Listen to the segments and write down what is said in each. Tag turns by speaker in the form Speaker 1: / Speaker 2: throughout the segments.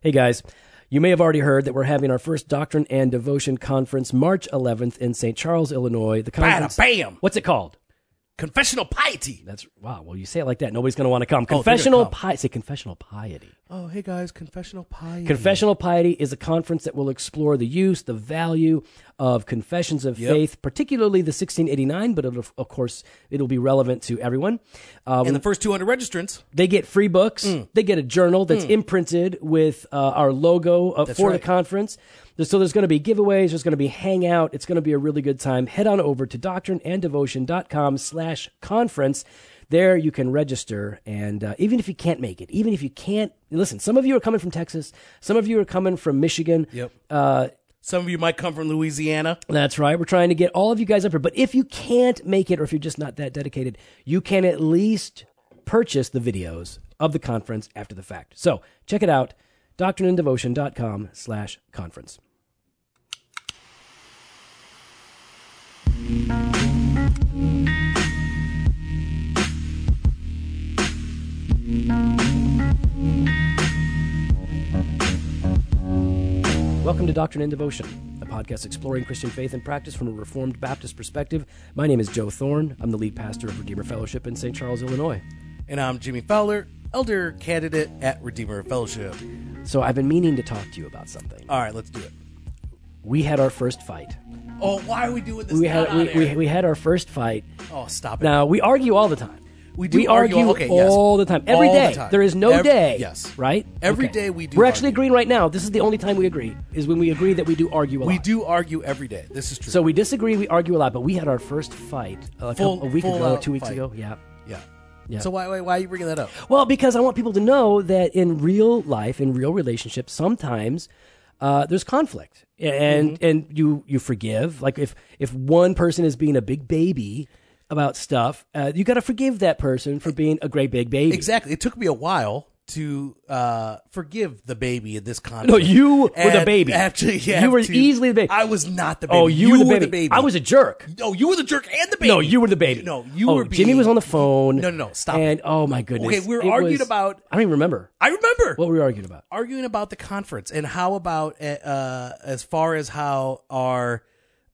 Speaker 1: Hey guys, you may have already heard that we're having our first Doctrine and Devotion Conference March 11th in St. Charles, Illinois. The conference.
Speaker 2: bam.
Speaker 1: What's it called?
Speaker 2: Confessional piety.
Speaker 1: That's wow. Well, you say it like that, nobody's going to want to come.
Speaker 2: gonna
Speaker 1: Confessional
Speaker 2: come.
Speaker 1: piety. Say confessional piety.
Speaker 2: Oh, hey guys, confessional piety.
Speaker 1: Confessional piety is a conference that will explore the use, the value of confessions of faith, particularly the 1689. But it'll, of course, it'll be relevant to everyone. Uh,
Speaker 2: and the first 200 registrants.
Speaker 1: They get free books.
Speaker 2: Mm.
Speaker 1: They get a journal that's imprinted with uh, our logo uh, for
Speaker 2: right.
Speaker 1: the conference. There's- So there's going to be giveaways. There's going to be hangout. It's going to be a really good time. Head on over to doctrineanddevotion.com slash conference. There you can register. And uh, even if you can't make it, even if you can't, listen, some of you are coming from Texas. Some of you are coming from Michigan. Uh,
Speaker 2: Yep. Some of you might come from Louisiana.
Speaker 1: That's right. We're trying to get all of you guys up here. But if you can't make it, or if you're just not that dedicated, you can at least purchase the videos of the conference after the fact. So check it out, doctrineanddevotion.com slash conference. Welcome to Doctrine and Devotion, a podcast exploring Christian faith and practice from a Reformed Baptist perspective. My name is Joe Thorne. I'm the lead pastor of Redeemer Fellowship in St. Charles, Illinois.
Speaker 2: And I'm Jimmy Fowler, elder candidate at Redeemer Fellowship.
Speaker 1: So I've been meaning to talk to you about something.
Speaker 2: All right, let's do it.
Speaker 1: We had our first fight.
Speaker 2: Oh, why are we doing this?
Speaker 1: We
Speaker 2: now
Speaker 1: had
Speaker 2: on
Speaker 1: we, we,
Speaker 2: air?
Speaker 1: we had our first fight.
Speaker 2: oh, stop it.
Speaker 1: Now we argue all the time.
Speaker 2: We do argue all- okay, yes.
Speaker 1: all the time. Every
Speaker 2: All
Speaker 1: day.
Speaker 2: the time.
Speaker 1: There is no
Speaker 2: Every-
Speaker 1: day.
Speaker 2: yes.
Speaker 1: Right?
Speaker 2: Every
Speaker 1: Every
Speaker 2: day we do
Speaker 1: We're actually
Speaker 2: argue.
Speaker 1: agreeing right now. This is the only time we agree, is when we agree that we do argue a
Speaker 2: we
Speaker 1: lot.
Speaker 2: do argue every day. This is true.
Speaker 1: So we disagree, we argue a lot, but we had our first fight uh, a,
Speaker 2: Full-
Speaker 1: couple, a week
Speaker 2: full
Speaker 1: ago,
Speaker 2: out
Speaker 1: two weeks
Speaker 2: fight.
Speaker 1: ago. Yeah.
Speaker 2: yeah.
Speaker 1: Yeah.
Speaker 2: So why, why why are you bringing that up?
Speaker 1: Well, because I want people to know that in real life, in real relationships, sometimes uh, there's conflict, and
Speaker 2: Mm-hmm.
Speaker 1: and you you forgive. Like if if one person is being a big baby about stuff, uh, you got to forgive that person for being a great big baby.
Speaker 2: Exactly. It took me a while to uh, forgive the baby in this context.
Speaker 1: No, you were the
Speaker 2: And
Speaker 1: baby.
Speaker 2: Actually, yeah,
Speaker 1: you were
Speaker 2: to-
Speaker 1: easily the baby.
Speaker 2: I was not the baby.
Speaker 1: oh, you, were, the, baby.
Speaker 2: the baby.
Speaker 1: I was a jerk.
Speaker 2: No, you were the jerk and the baby.
Speaker 1: No, you were the baby.
Speaker 2: No, you
Speaker 1: Oh,
Speaker 2: were.
Speaker 1: Jimmy
Speaker 2: being-
Speaker 1: was on the phone.
Speaker 2: No, no, no, stop
Speaker 1: And oh my goodness.
Speaker 2: Okay, we were
Speaker 1: It
Speaker 2: argued
Speaker 1: was-
Speaker 2: about-
Speaker 1: I don't even remember
Speaker 2: I remember
Speaker 1: what we were arguing about.
Speaker 2: arguing about the conference and how about uh, as far as how our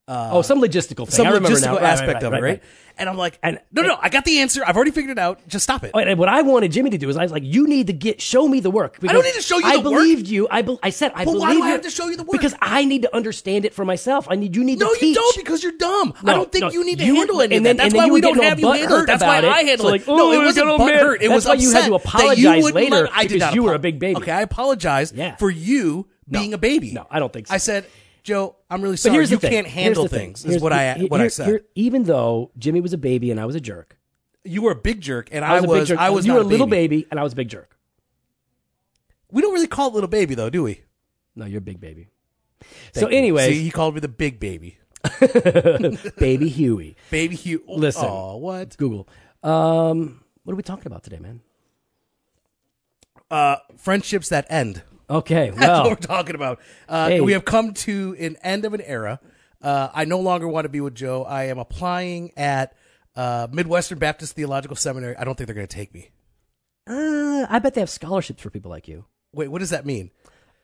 Speaker 1: oh, some logistical thing.
Speaker 2: Uh, some
Speaker 1: I remember now.
Speaker 2: logistical
Speaker 1: Right, right,
Speaker 2: aspect
Speaker 1: right,
Speaker 2: of it, right? And I'm like,
Speaker 1: And-
Speaker 2: no, no, I got the answer. I've already figured it out. Just stop it.
Speaker 1: Oh, and what I wanted Jimmy to do is I was like, "You need to get show me the work." Because
Speaker 2: need to show you
Speaker 1: I
Speaker 2: the work.
Speaker 1: believed you. I be, I said I.
Speaker 2: But
Speaker 1: believe
Speaker 2: why do I
Speaker 1: you.
Speaker 2: have to show you the work?
Speaker 1: Because I need to understand it for myself. I need you need
Speaker 2: no,
Speaker 1: to
Speaker 2: you
Speaker 1: teach.
Speaker 2: don't because you're dumb.
Speaker 1: No,
Speaker 2: I don't think
Speaker 1: no,
Speaker 2: you need to
Speaker 1: you-
Speaker 2: handle any
Speaker 1: and
Speaker 2: of
Speaker 1: then-
Speaker 2: that.
Speaker 1: and
Speaker 2: That's
Speaker 1: then
Speaker 2: why
Speaker 1: you
Speaker 2: we
Speaker 1: get
Speaker 2: don't
Speaker 1: all
Speaker 2: have you
Speaker 1: butthurt
Speaker 2: handle it. That's why
Speaker 1: about it.
Speaker 2: I handle
Speaker 1: It's
Speaker 2: it.
Speaker 1: like,
Speaker 2: no,
Speaker 1: "Oh,
Speaker 2: it
Speaker 1: you
Speaker 2: wasn't
Speaker 1: got all mad."
Speaker 2: butthurt. It
Speaker 1: That's
Speaker 2: was
Speaker 1: why you had to
Speaker 2: upset that you
Speaker 1: apologize
Speaker 2: would
Speaker 1: later
Speaker 2: not- I did
Speaker 1: because
Speaker 2: not
Speaker 1: you were a
Speaker 2: apo-
Speaker 1: big baby.
Speaker 2: Okay, I apologized
Speaker 1: Yeah.
Speaker 2: for you being a baby.
Speaker 1: No, I don't think so.
Speaker 2: I said, Joe, I'm really
Speaker 1: But
Speaker 2: sorry.
Speaker 1: here's
Speaker 2: you
Speaker 1: the thing.
Speaker 2: can't
Speaker 1: Here's
Speaker 2: handle
Speaker 1: the thing.
Speaker 2: things. Is
Speaker 1: Here's-
Speaker 2: what I
Speaker 1: here-
Speaker 2: what I
Speaker 1: here-
Speaker 2: said.
Speaker 1: here- even though Jimmy was a baby and I was a jerk,
Speaker 2: You were a big jerk, and
Speaker 1: I
Speaker 2: I
Speaker 1: was, a big
Speaker 2: was.
Speaker 1: jerk.
Speaker 2: I was
Speaker 1: you
Speaker 2: not
Speaker 1: were a little baby and I was a big jerk.
Speaker 2: We don't really call it little baby though, do we?
Speaker 1: No, you're a big baby. so,
Speaker 2: Thank you.
Speaker 1: anyways,
Speaker 2: see, he called me the big baby,
Speaker 1: baby Huey.
Speaker 2: baby Hugh. Oh,
Speaker 1: Listen.
Speaker 2: aw, what?
Speaker 1: Google. Um, what are we talking about today, man?
Speaker 2: Uh, friendships that end.
Speaker 1: Okay,
Speaker 2: That's
Speaker 1: well,
Speaker 2: what we're talking about. Uh,
Speaker 1: Hey.
Speaker 2: We have come to an end of an era. Uh, I no longer want to be with Joe. I am applying at uh, Midwestern Baptist Theological Seminary. I don't think they're going to take me.
Speaker 1: Uh, I bet they have scholarships for people like you.
Speaker 2: Wait, what does that mean?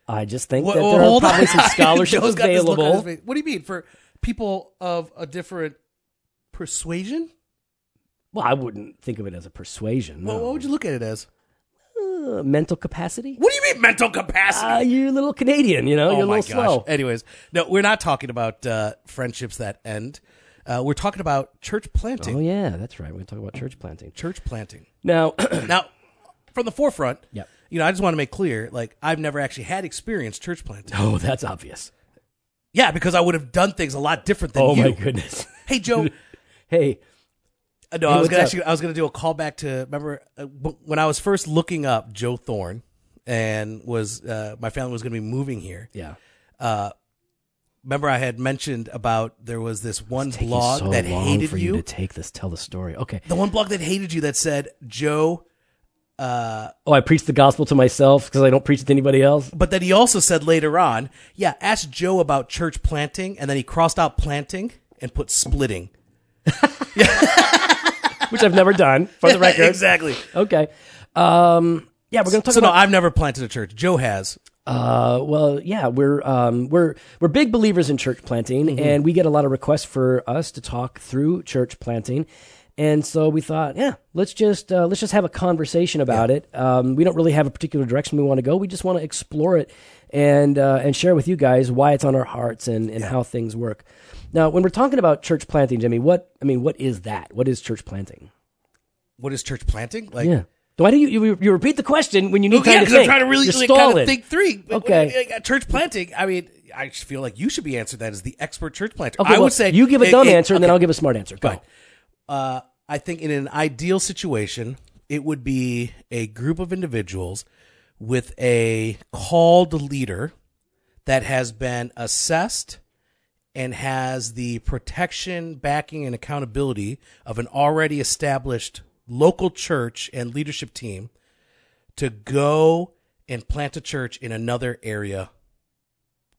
Speaker 1: I just think
Speaker 2: Wha-
Speaker 1: that
Speaker 2: wha-
Speaker 1: there are
Speaker 2: hold
Speaker 1: probably
Speaker 2: on.
Speaker 1: some scholarships
Speaker 2: Joe's got this look on his
Speaker 1: available.
Speaker 2: face. What do you mean for people of a different persuasion?
Speaker 1: Well, I wouldn't think of it as a persuasion.
Speaker 2: Well, what
Speaker 1: No.
Speaker 2: would you look at it as?
Speaker 1: Uh, mental capacity?
Speaker 2: What do you mean mental capacity?
Speaker 1: Uh, you're a little Canadian, you know? you're a little slow.
Speaker 2: Oh Anyways, no, we're not talking about uh, friendships that end. Uh, we're talking about church planting.
Speaker 1: Oh, yeah, that's right. We're going to talk about church planting.
Speaker 2: Church planting.
Speaker 1: Now,
Speaker 2: now, from the forefront,
Speaker 1: Yep.
Speaker 2: you know, I just want to make clear, like, I've never actually had experience church planting.
Speaker 1: oh, that's obvious.
Speaker 2: Yeah, because I would have done things a lot different than
Speaker 1: Oh,
Speaker 2: you.
Speaker 1: my goodness.
Speaker 2: Hey, Joe.
Speaker 1: hey,
Speaker 2: Uh, No, I was
Speaker 1: what's
Speaker 2: gonna
Speaker 1: up?
Speaker 2: actually, I was gonna do a callback to remember uh, w- when I was first looking up Joe Thorne and was uh, my family was gonna be moving here.
Speaker 1: yeah.
Speaker 2: Remember, I had mentioned about there was this one
Speaker 1: Taking
Speaker 2: blog
Speaker 1: so
Speaker 2: that
Speaker 1: long
Speaker 2: hated
Speaker 1: for you. to take this, tell the story. Okay.
Speaker 2: the one blog that hated you that said Joe,
Speaker 1: Oh, I preach the gospel to myself because I don't preach it to anybody else.
Speaker 2: but then he also said later on, yeah, ask Joe about church planting, and then he crossed out planting and put splitting.
Speaker 1: which I've never done for the record.
Speaker 2: exactly.
Speaker 1: Okay. Um, yeah, we're going to talk
Speaker 2: So no,
Speaker 1: about.
Speaker 2: I've never planted a church. Joe has.
Speaker 1: Uh, well, yeah, we're um, we're we're big believers in church planting,
Speaker 2: Mm-hmm.
Speaker 1: and we get a lot of requests for us to talk through church planting, and so we thought, yeah, let's just uh, let's just have a conversation about it. Um, we don't really have a particular direction we want to go. We just want to explore it and uh, and share with you guys why it's on our hearts and and how things work. Now, when we're talking about church planting, Jimmy, what I mean, what is that? What is church planting?
Speaker 2: What is church planting? Like,
Speaker 1: Yeah. Why do you, you you repeat the question when you need
Speaker 2: yeah,
Speaker 1: time to
Speaker 2: because
Speaker 1: think?
Speaker 2: I'm trying to really
Speaker 1: You're
Speaker 2: like, kind
Speaker 1: stalling.
Speaker 2: of think three.
Speaker 1: Okay.
Speaker 2: Church planting. I mean, I just feel like you should be answered that as the expert church planter.
Speaker 1: Okay,
Speaker 2: I
Speaker 1: well,
Speaker 2: would say
Speaker 1: you give a
Speaker 2: it-
Speaker 1: dumb
Speaker 2: it-
Speaker 1: answer, and then I'll give a smart answer. Go.
Speaker 2: Fine. Uh, I think in an ideal situation, it would be a group of individuals with a called leader that has been assessed and has the protection, backing, and accountability of an already established local church and leadership team to go and plant a church in another area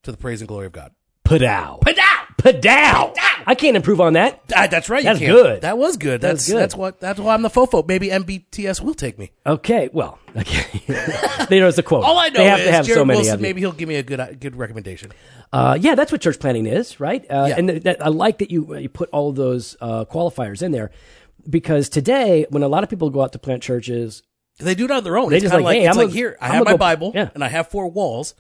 Speaker 2: to the praise and glory of God.
Speaker 1: Padow. Padow. Padow. I can't improve on that.
Speaker 2: Ah, that's right. you
Speaker 1: That's
Speaker 2: can't.
Speaker 1: good.
Speaker 2: That was good.
Speaker 1: That's
Speaker 2: That's
Speaker 1: good.
Speaker 2: that's what that's why I'm the fofo. Maybe MBTS will take me.
Speaker 1: Okay. Well, okay. There's the quote.
Speaker 2: All I know
Speaker 1: they have
Speaker 2: is
Speaker 1: to have
Speaker 2: Jared
Speaker 1: so many
Speaker 2: Wilson.
Speaker 1: of you.
Speaker 2: Maybe he'll give me a good uh, good recommendation.
Speaker 1: Uh, yeah, that's what church planning is, right? Uh,
Speaker 2: Yeah.
Speaker 1: And th- that, I like that you you put all those uh, qualifiers in there because today, when a lot of people go out to plant churches,
Speaker 2: They do it on their own. it's
Speaker 1: just
Speaker 2: kinda
Speaker 1: like, hey,
Speaker 2: it's
Speaker 1: I'm
Speaker 2: like
Speaker 1: a-
Speaker 2: here. I
Speaker 1: I'm
Speaker 2: have
Speaker 1: a
Speaker 2: my
Speaker 1: go-
Speaker 2: Bible
Speaker 1: yeah.
Speaker 2: and I have four walls.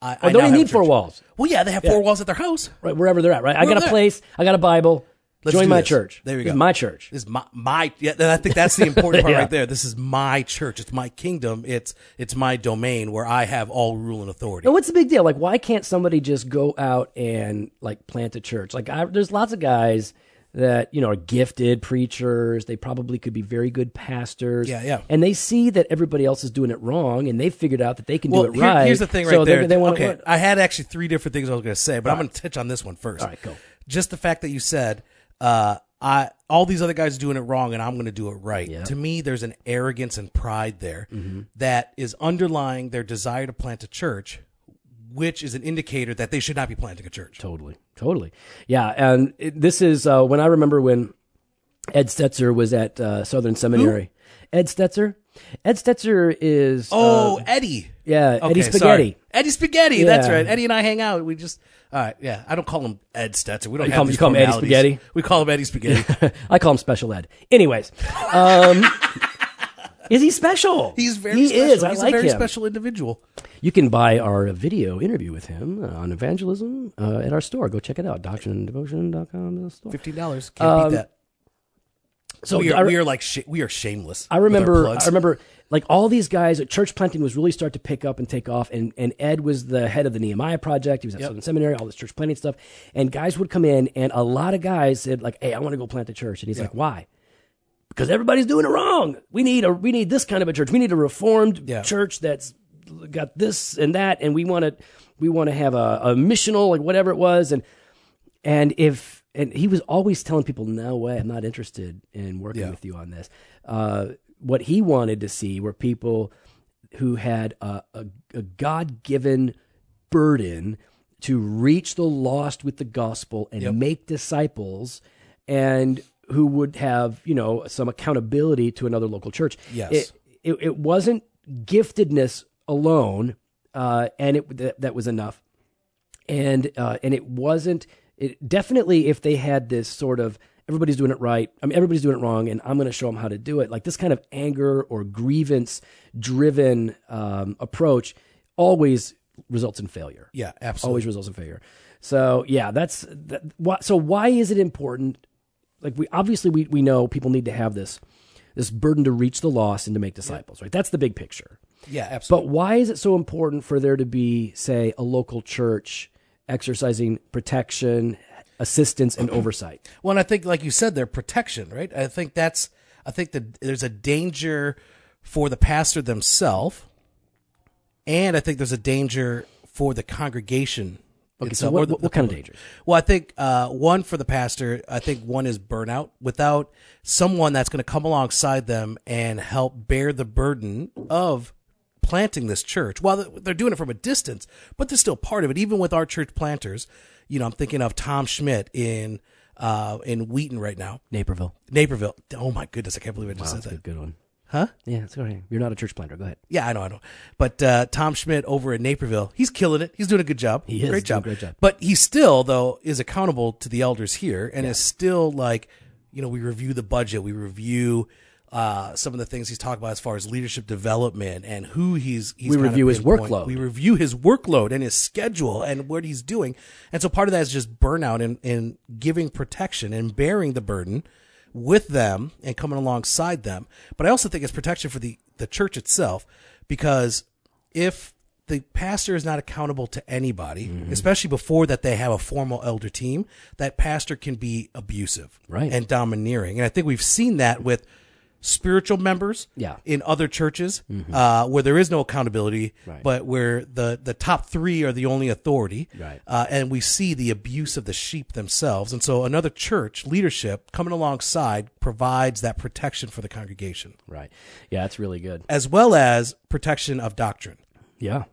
Speaker 2: I,
Speaker 1: oh,
Speaker 2: I
Speaker 1: they
Speaker 2: now
Speaker 1: only
Speaker 2: have
Speaker 1: need four
Speaker 2: church.
Speaker 1: walls,
Speaker 2: Well, yeah, they have four walls at their house.
Speaker 1: right? Wherever they're at, right? I got
Speaker 2: Wherever
Speaker 1: a
Speaker 2: they're
Speaker 1: place. I got a Bible.
Speaker 2: Let's
Speaker 1: Join
Speaker 2: do
Speaker 1: my
Speaker 2: this.
Speaker 1: church.
Speaker 2: There you
Speaker 1: This is
Speaker 2: go.
Speaker 1: my church.
Speaker 2: This is my my. Yeah, and I think that's the important part
Speaker 1: Yeah.
Speaker 2: right there. This is my church. It's my kingdom. It's it's my domain where I have all rule and authority.
Speaker 1: And what's the big deal? Like, why can't somebody just go out and like plant a church? Like, I, there's lots of guys that you know are gifted preachers. They probably could be very good pastors.
Speaker 2: Yeah, yeah.
Speaker 1: And they see that everybody else is doing it wrong, and they figured out that they can do it
Speaker 2: here-
Speaker 1: right.
Speaker 2: Here's the thing right
Speaker 1: so
Speaker 2: there.
Speaker 1: They, they want
Speaker 2: okay,
Speaker 1: to.
Speaker 2: I had actually three different things I was going to say, but I'm going to touch on this one first. All
Speaker 1: right, go.
Speaker 2: Just the fact that you said, uh, I all these other guys are doing it wrong and I'm going to do it right. To me, there's an arrogance and pride there
Speaker 1: Mm-hmm.
Speaker 2: that is underlying their desire to plant a church, which is an indicator that they should not be planting a church.
Speaker 1: Totally, totally. Yeah, and it, this is uh, when I remember when Ed Stetzer was at uh, Southern Seminary. Ed Stetzer. Ed Stetzer is uh,
Speaker 2: Oh, Eddie.
Speaker 1: yeah Eddie
Speaker 2: Okay,
Speaker 1: Spaghetti.
Speaker 2: sorry. Eddie Spaghetti. That's
Speaker 1: Yeah.
Speaker 2: right. Eddie and I hang out. We just all right. Yeah, I don't call him Ed Stetzer. We don't have
Speaker 1: call him-
Speaker 2: these
Speaker 1: you call him Eddie
Speaker 2: formalities.
Speaker 1: Spaghetti?
Speaker 2: We call him Eddie Spaghetti.
Speaker 1: I call him special ed. Anyways, um, is he special?
Speaker 2: He's very
Speaker 1: he
Speaker 2: special.
Speaker 1: is. I
Speaker 2: He's
Speaker 1: like
Speaker 2: a very
Speaker 1: him.
Speaker 2: special individual.
Speaker 1: You can buy our video interview with him uh, on evangelism uh, at our store. Go check it out, doctrineanddevotion.com. The uh, store.
Speaker 2: Fifteen dollars can't beat that.
Speaker 1: Um, So
Speaker 2: We
Speaker 1: I,
Speaker 2: are, we are like sh- we are shameless.
Speaker 1: I
Speaker 2: with our
Speaker 1: remember,
Speaker 2: plugs.
Speaker 1: I remember, like all these guys, church planting was really start to pick up and take off. And, and Ed was the head of the Nehemiah project. He was at Southern Seminary, all this church planting stuff. And guys would come in, and a lot of guys said, like, "Hey, I want to go plant a church." And he's like, "Why?" Because everybody's doing it wrong. We need a we need this kind of a church. We need a reformed
Speaker 2: Yeah.
Speaker 1: church that's got this and that, and we want to we want to have a, a missional, like whatever it was, and and if and he was always telling people, "No way, I'm not interested in working with you on this." Uh, what he wanted to see were people who had a, a, a God given burden to reach the lost with the gospel and make disciples, and who would have you know some accountability to another local church.
Speaker 2: Yes.
Speaker 1: It- it, it wasn't giftedness alone, uh, and it that, that was enough, and uh, and it wasn't it definitely if they had this sort of everybody's doing it right, I mean everybody's doing it wrong, and I'm going to show them how to do it. Like this kind of anger or grievance driven um, approach always results in failure
Speaker 2: yeah, absolutely.
Speaker 1: always results in failure. So yeah, that's that, why, so. Why is it important? Like we obviously we we know people need to have this this burden to reach the lost and to make disciples, right? That's the big picture.
Speaker 2: Yeah, absolutely.
Speaker 1: But why is it so important for there to be, say, a local church exercising protection, assistance, and oversight?
Speaker 2: Well, and I think, like you said, there protection, right? I think that's. I think that there's a danger for the pastor themselves, and I think there's a danger for the congregation.
Speaker 1: So
Speaker 2: itself, or
Speaker 1: what,
Speaker 2: the-
Speaker 1: what, what kind of danger?
Speaker 2: Well, I think uh, one for the pastor, I think one is burnout without someone that's going to come alongside them and help bear the burden of planting this church. While they're doing it from a distance, but they're still part of it. Even with our church planters, you know, I'm thinking of Tom Schmidt in uh, in Wheaton right now,
Speaker 1: Naperville,
Speaker 2: Naperville. Oh my goodness, I can't believe I just said that.
Speaker 1: good one.
Speaker 2: Huh?
Speaker 1: Yeah, it's all right. You're not a church planter. Go ahead.
Speaker 2: Yeah, I know, I know. But uh, Tom Schmidt over at Naperville, he's killing it. He's doing a good job.
Speaker 1: He is
Speaker 2: great
Speaker 1: doing a
Speaker 2: job.
Speaker 1: great job.
Speaker 2: But he still, though, is accountable to the elders here, and is still like, you know, we review the budget, we review uh, some of the things he's talking about as far as leadership development and who he's. he's
Speaker 1: We
Speaker 2: kind of
Speaker 1: review his
Speaker 2: pinpoint.
Speaker 1: workload.
Speaker 2: We review his workload and his schedule and what he's doing. And so part of that is just burnout and, and giving protection and bearing the burden with them and coming alongside them. But I also think it's protection for the, the church itself because if the pastor is not accountable to anybody,
Speaker 1: Mm-hmm.
Speaker 2: especially before that they have a formal elder team, that pastor can be abusive
Speaker 1: Right.
Speaker 2: and domineering. And I think we've seen that with spiritual members
Speaker 1: Yeah.
Speaker 2: in other churches uh, where there is no accountability,
Speaker 1: Mm-hmm. Right.
Speaker 2: but where the, the top three are the only authority.
Speaker 1: Right.
Speaker 2: Uh, and we see the abuse of the sheep themselves. And so another church leadership coming alongside provides that protection for the congregation
Speaker 1: Right. Yeah, that's really good.
Speaker 2: as well as protection of doctrine.
Speaker 1: Yeah.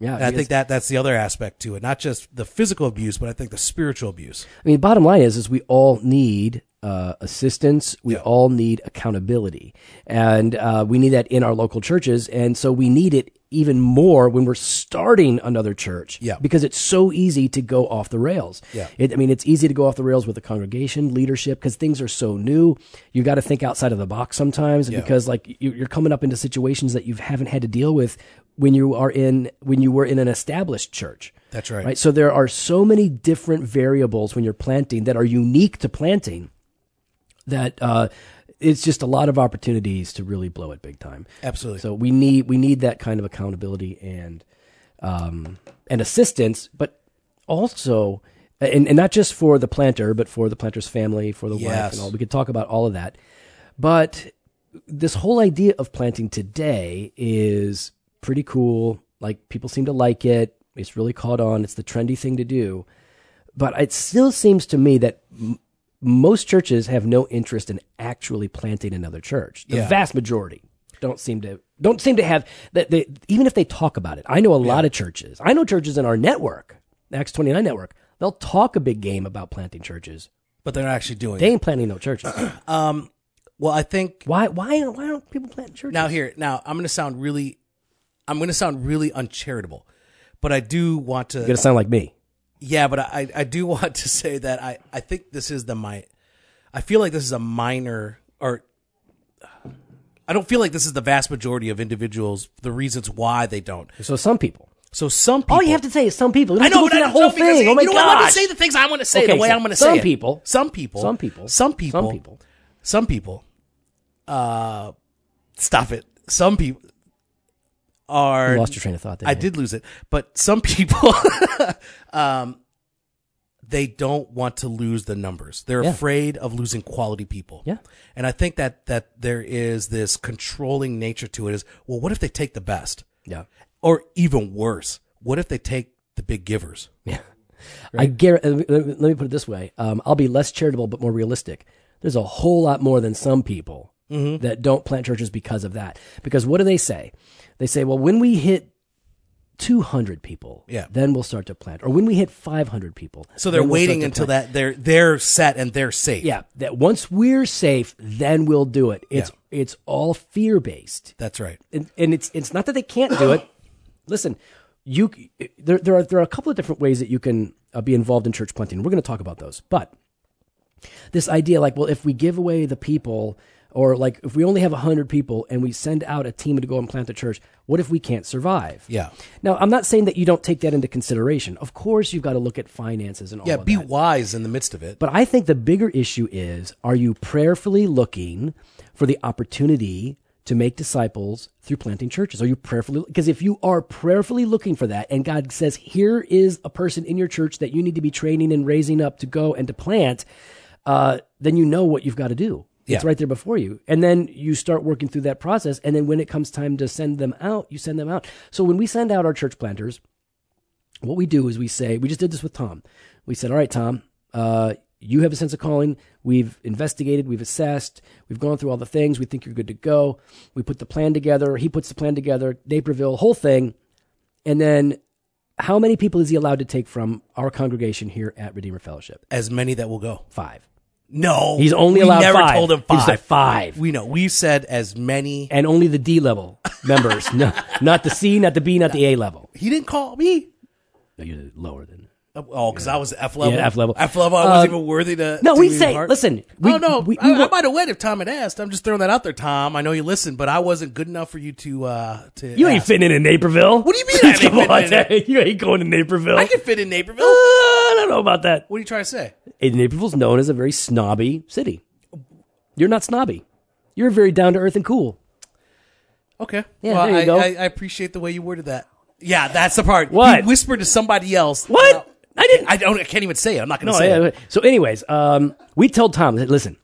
Speaker 1: Yeah.
Speaker 2: And I
Speaker 1: because-
Speaker 2: think that that's the other aspect to it, not just the physical abuse, but I think the spiritual abuse.
Speaker 1: I mean, bottom line is, is we all need uh, assistance. We all need accountability, and uh, we need that in our local churches. And so we need it even more when we're starting another church.
Speaker 2: Yeah.
Speaker 1: because it's so easy to go off the rails.
Speaker 2: Yeah.
Speaker 1: It, I mean, it's easy to go off the rails with the congregation leadership because things are so new. You got to think outside of the box sometimes because, like, you, you're coming up into situations that you haven't had to deal with when you are in when you were in an established church.
Speaker 2: That's right.
Speaker 1: Right. So there are so many different variables when you're planting that are unique to planting that uh, it's just a lot of opportunities to really blow it big time.
Speaker 2: Absolutely.
Speaker 1: So we need we need that kind of accountability and um, and assistance, but also and, and not just for the planter, but for the planter's family, for the wife,
Speaker 2: Yes.
Speaker 1: and all. We could talk about all of that, but this whole idea of planting today is pretty cool. Like people seem to like it. It's really caught on. It's the trendy thing to do. But it still seems to me that m- most churches have no interest in actually planting another church. The
Speaker 2: Yeah.
Speaker 1: vast majority don't seem to don't seem to have that they even if they talk about it. I know a lot of churches. I know churches in our network, the Acts 29 network. They'll talk a big game about planting churches.
Speaker 2: but they're not actually doing
Speaker 1: They
Speaker 2: it.
Speaker 1: ain't planting no churches.
Speaker 2: Um, well, I think
Speaker 1: why why why aren't people planting churches?
Speaker 2: now here, now I'm going to sound really, I'm going to sound really uncharitable, but I do want to,
Speaker 1: You're going to sound like me.
Speaker 2: yeah, but I, I do want to say that I, I think this is the my, I feel like this is a minor or I don't feel like this is the vast majority of individuals, the reasons why they don't.
Speaker 1: So some people.
Speaker 2: So some people.
Speaker 1: All you have to say is some people. You
Speaker 2: I
Speaker 1: don't
Speaker 2: know,
Speaker 1: have to
Speaker 2: but
Speaker 1: go
Speaker 2: I
Speaker 1: through that whole
Speaker 2: don't know, because
Speaker 1: thing. Oh my
Speaker 2: you know, I want to
Speaker 1: gosh.
Speaker 2: say the things I want to say
Speaker 1: Okay,
Speaker 2: the way
Speaker 1: so
Speaker 2: I'm going to say
Speaker 1: some
Speaker 2: it.
Speaker 1: people-
Speaker 2: some people,
Speaker 1: some people-
Speaker 2: some people,
Speaker 1: some people.
Speaker 2: some people, uh, stop it. Some people are.
Speaker 1: lost your train of thought. There,
Speaker 2: I did lose it, but some people, um, they don't want to lose the numbers. They're
Speaker 1: Yeah.
Speaker 2: afraid of losing quality people.
Speaker 1: Yeah.
Speaker 2: and I think that that there is this controlling nature to it. Is well, what if they take the best,
Speaker 1: Yeah,
Speaker 2: or even worse, what if they take the big givers?
Speaker 1: yeah. I guarantee. Let me let me put it this way: um, I'll be less charitable, but more realistic. There's a whole lot more than some people
Speaker 2: Mm-hmm.
Speaker 1: that don't plant churches because of that. Because what do they say? They say, "Well, when we hit 200 people,
Speaker 2: Yeah.
Speaker 1: then we'll start to plant." Or when we hit 500 people,
Speaker 2: So they're
Speaker 1: then we'll start
Speaker 2: waiting
Speaker 1: to
Speaker 2: until that they're they're set and they're safe.
Speaker 1: Yeah, that once we're safe, then we'll do it. It's it's all fear based.
Speaker 2: That's right.
Speaker 1: and, and it's it's not that they can't do it. Listen, you c- there there are there are a couple of different ways that you can uh, be involved in church planting. We're going to talk about those, but this idea like well if we give away the people or like if we only have 100 people and we send out a team to go and plant the church what if we can't survive
Speaker 2: Yeah.
Speaker 1: now i'm not saying that you don't take that into consideration of course you've got to look at finances and all
Speaker 2: Yeah,
Speaker 1: of
Speaker 2: be
Speaker 1: that.
Speaker 2: wise in the midst of it.
Speaker 1: But I think the bigger issue is are you prayerfully looking for the opportunity to make disciples through planting churches? Are you prayerfully? Because if you are prayerfully looking for that and God says, here is a person in your church that you need to be training and raising up to go and to plant, uh, then you know what you've got to do. It's
Speaker 2: Yeah.
Speaker 1: right there before you. And then you start working through that process. And then when it comes time to send them out, you send them out. So when we send out our church planters, what we do is we say we just did this with tom we said all right tom uh, you have a sense of calling we've investigated we've assessed we've gone through all the things we think you're good to go we put the plan together he puts the plan together naperville whole thing and then how many people is he allowed to take from our congregation here at redeemer fellowship
Speaker 2: As many that will go.
Speaker 1: five
Speaker 2: No,
Speaker 1: He's only
Speaker 2: we
Speaker 1: allowed
Speaker 2: never
Speaker 1: five.
Speaker 2: told him
Speaker 1: He
Speaker 2: five.
Speaker 1: just said five.
Speaker 2: We know. We said as many.
Speaker 1: and only the D level members. no, not the C, not the B, not the A level.
Speaker 2: He didn't call me.
Speaker 1: No, you're lower than.
Speaker 2: Oh, because I was F level.
Speaker 1: Yeah, F level.
Speaker 2: F level. I wasn't
Speaker 1: Uh,
Speaker 2: even worthy to.
Speaker 1: No,
Speaker 2: to
Speaker 1: we
Speaker 2: even
Speaker 1: say.
Speaker 2: heart-
Speaker 1: Listen, we,
Speaker 2: oh no,
Speaker 1: we,
Speaker 2: I,
Speaker 1: we
Speaker 2: I
Speaker 1: wa-
Speaker 2: might have went if Tom had asked. I'm just throwing that out there, Tom. I know you listened, but I wasn't good enough for you to. uh to
Speaker 1: you ain't fitting in in Naperville.
Speaker 2: What do you mean I ain't
Speaker 1: Come
Speaker 2: fitting
Speaker 1: on,
Speaker 2: in it?
Speaker 1: Dave, you ain't going to Naperville.
Speaker 2: I can fit in Naperville.
Speaker 1: Uh, I don't know about that.
Speaker 2: what are you trying to say?
Speaker 1: And Naperville's known as a very snobby city. You're not snobby. You're very down to earth and cool.
Speaker 2: Okay.
Speaker 1: Yeah,
Speaker 2: well,
Speaker 1: there you
Speaker 2: I,
Speaker 1: go.
Speaker 2: I, I appreciate the way you worded that. Yeah, that's the part.
Speaker 1: What?
Speaker 2: He whispered to somebody else.
Speaker 1: What? I didn't.
Speaker 2: I don't. I can't even say it. I'm not going to
Speaker 1: No,
Speaker 2: say
Speaker 1: I-
Speaker 2: it.
Speaker 1: I- so, anyways, um, we told Tom, listen,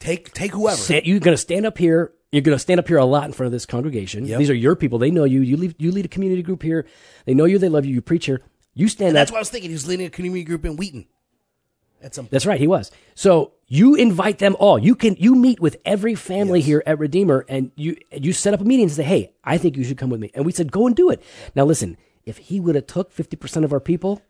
Speaker 2: Take take whoever.
Speaker 1: stand, you're going to stand up here. You're going to stand up here a lot in front of this congregation. These are your people. They know you. You lead, you lead a community group here. They know you. They love you. You preach here. You stand
Speaker 2: That's
Speaker 1: up.
Speaker 2: what I was thinking. He was leading a community group in Wheaton. At some
Speaker 1: That's right. He was. So you invite them all. You can you meet with every family here at Redeemer, and you you set up a meeting and say, "Hey, I think you should come with me." And we said, "Go and do it." Now listen, if he would have took fifty percent of our people,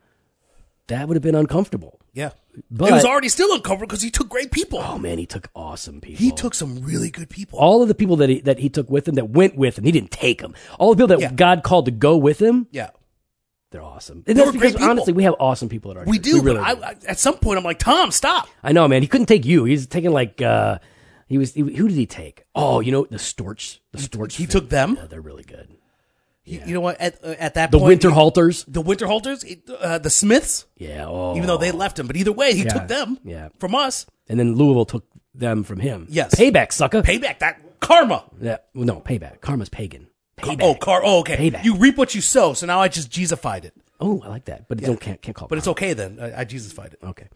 Speaker 1: that would have been uncomfortable.
Speaker 2: yeah,
Speaker 1: But-
Speaker 2: it was already still uncomfortable because he took great people.
Speaker 1: Oh man, he took awesome people.
Speaker 2: He took some really good people.
Speaker 1: all of the people that he, that he took with him that went with him. He didn't take them. All the people that
Speaker 2: Yeah.
Speaker 1: God called to go with him,
Speaker 2: Yeah,
Speaker 1: they're awesome. And that's
Speaker 2: were great
Speaker 1: because
Speaker 2: people.
Speaker 1: honestly, we have awesome people at our
Speaker 2: we
Speaker 1: church.
Speaker 2: do.
Speaker 1: really
Speaker 2: but I,
Speaker 1: do.
Speaker 2: I, at some point, I'm like, Tom, stop.
Speaker 1: I know, man. He couldn't take you. He's taking like uh he was. He, who did he take? Oh, you know the Storch. The Storch.
Speaker 2: He took them.
Speaker 1: Yeah, they're really good.
Speaker 2: You- You know what? At, uh, at that
Speaker 1: The
Speaker 2: point,
Speaker 1: Winter Halters.
Speaker 2: the Winterhalters, it- uh, the Smiths.
Speaker 1: Yeah. Oh.
Speaker 2: Even though they left him, but either way, he
Speaker 1: Yeah.
Speaker 2: took them.
Speaker 1: Yeah.
Speaker 2: from us.
Speaker 1: and then Louisville took them from him.
Speaker 2: Yes.
Speaker 1: Payback, sucker.
Speaker 2: Payback that karma.
Speaker 1: yeah. Well, no, payback. Karma's pagan. Payback.
Speaker 2: Oh, car. Oh, okay.
Speaker 1: Payback.
Speaker 2: You reap what you sow. So now I just Jesusified it,
Speaker 1: Oh, I like that. But don't can't, can't call. it
Speaker 2: but it's okay then. I, I Jesusified it.
Speaker 1: Okay.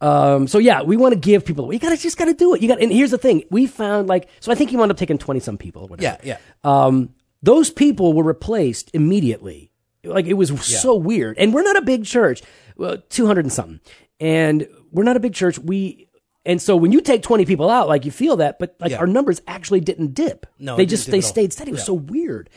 Speaker 1: Um, so yeah, we want to give people. You gotta just gotta do it. You got. And here's the thing: we found like so. I think you wound up taking twenty some people. Or
Speaker 2: Yeah,
Speaker 1: whatever.
Speaker 2: yeah.
Speaker 1: Um, those people were replaced immediately. Like it was so weird. And we're not a big church, well, two hundred and something, and we're not a big church. We and so when you take twenty people out, like you feel that, but like our numbers actually didn't dip.
Speaker 2: No,
Speaker 1: they
Speaker 2: it didn't
Speaker 1: just
Speaker 2: dip
Speaker 1: they
Speaker 2: at all.
Speaker 1: stayed steady. It was so weird.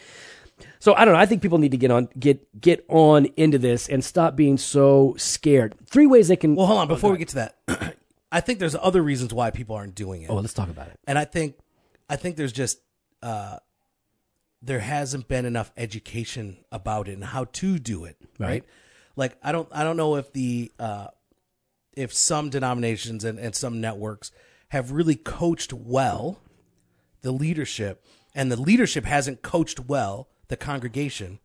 Speaker 1: So I don't know. I think people need to get on get get on into this and stop being so scared. Three ways they can.
Speaker 2: Well, hold on. Before we get to that, I think there's other reasons why people aren't doing it,
Speaker 1: Oh, let's talk about it.
Speaker 2: and I think, I think there's just, uh, there hasn't been enough education about it and how to do it. Right. Like I don't, I don't know if the, uh, if some denominations and, and some networks have really coached well the leadership, and the leadership hasn't coached well the congregation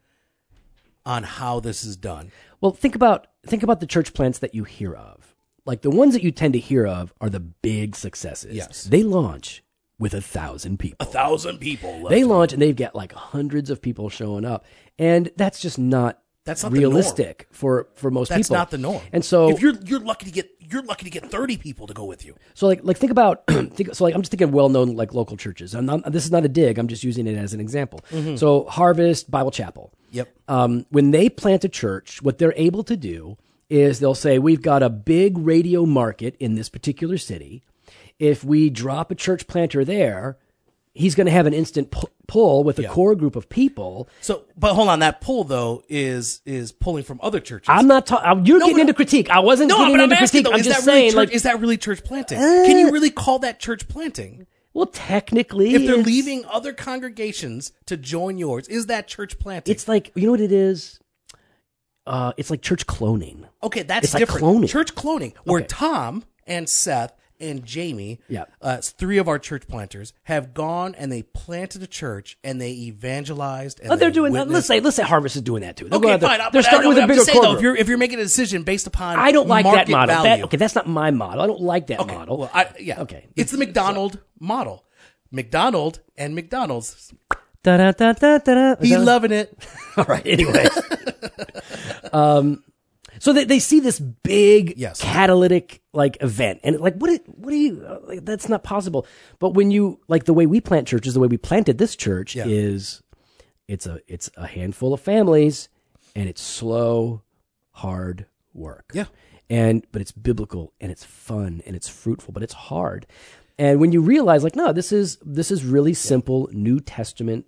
Speaker 2: on how this is done.
Speaker 1: Well, think about think about the church plants that you hear of. Like the ones that you tend to hear of are the big successes.
Speaker 2: Yes.
Speaker 1: They launch with a thousand people.
Speaker 2: Thousand people.
Speaker 1: They launch and they've got like hundreds of people showing up. And that's just not
Speaker 2: That's not the norm.
Speaker 1: realistic for for most
Speaker 2: That's
Speaker 1: people.
Speaker 2: not the norm.
Speaker 1: And so
Speaker 2: if you're you're lucky to get you're lucky to get thirty people to go with you.
Speaker 1: So like like think about think, so like I'm just thinking well known like local churches. And I'm, this is not a dig. I'm just using it as an example.
Speaker 2: Mm-hmm.
Speaker 1: So Harvest Bible Chapel.
Speaker 2: Yep.
Speaker 1: Um, when they plant a church, what they're able to do is they'll say we've got a big radio market in this particular city. If we drop a church planter there, he's going to have an instant pu- pull with a core group of people.
Speaker 2: So, but hold on, that pull though is is pulling from other churches.
Speaker 1: I'm not talking. You're getting
Speaker 2: but-
Speaker 1: into critique. I wasn't
Speaker 2: no,
Speaker 1: getting
Speaker 2: but I'm
Speaker 1: into
Speaker 2: asking
Speaker 1: critique.
Speaker 2: though,
Speaker 1: I'm
Speaker 2: is
Speaker 1: just
Speaker 2: that really
Speaker 1: saying
Speaker 2: church,
Speaker 1: like Uh,
Speaker 2: is that really church planting? Can you really call that church planting
Speaker 1: well technically
Speaker 2: if they're
Speaker 1: it's-
Speaker 2: leaving other congregations to join yours? Is that church planting?
Speaker 1: It's like you know what it is. Uh, it's like church cloning.
Speaker 2: okay, that's
Speaker 1: it's like
Speaker 2: different.
Speaker 1: cloning.
Speaker 2: Church cloning, where
Speaker 1: Okay.
Speaker 2: Tom and Seth and Jamie,
Speaker 1: Yeah.
Speaker 2: uh, three of our church planters, have gone and they planted a church and they evangelized. And
Speaker 1: Oh, they're doing.
Speaker 2: witnessed.
Speaker 1: Let's say, let's say Harvest is doing that too. They're
Speaker 2: Okay,
Speaker 1: going out there-
Speaker 2: fine. I-
Speaker 1: They're
Speaker 2: but I
Speaker 1: starting
Speaker 2: know
Speaker 1: with a
Speaker 2: what I'm
Speaker 1: bigger
Speaker 2: just saying, though,
Speaker 1: core
Speaker 2: if
Speaker 1: group.
Speaker 2: you're if you're making a decision based upon
Speaker 1: I don't like that
Speaker 2: market
Speaker 1: model. That-
Speaker 2: value.
Speaker 1: okay, that's not my model. I don't like that model.
Speaker 2: Well, I, yeah.
Speaker 1: Okay.
Speaker 2: It's the McDonald model. McDonald and McDonald's.
Speaker 1: Da da da da da.
Speaker 2: Be loving it.
Speaker 1: All right. Anyways. um, so they, they see this big
Speaker 2: Yes.
Speaker 1: catalytic like event, and like what? it- What do you? uh, Like, that's not possible. But when you like the way we plant churches, the way we planted this church
Speaker 2: Yeah.
Speaker 1: is, it's a it's a handful of families, and it's slow, hard work.
Speaker 2: Yeah.
Speaker 1: And but it's biblical and it's fun and it's fruitful, but it's hard. And when you realize, like, no, this is this is really simple New Testament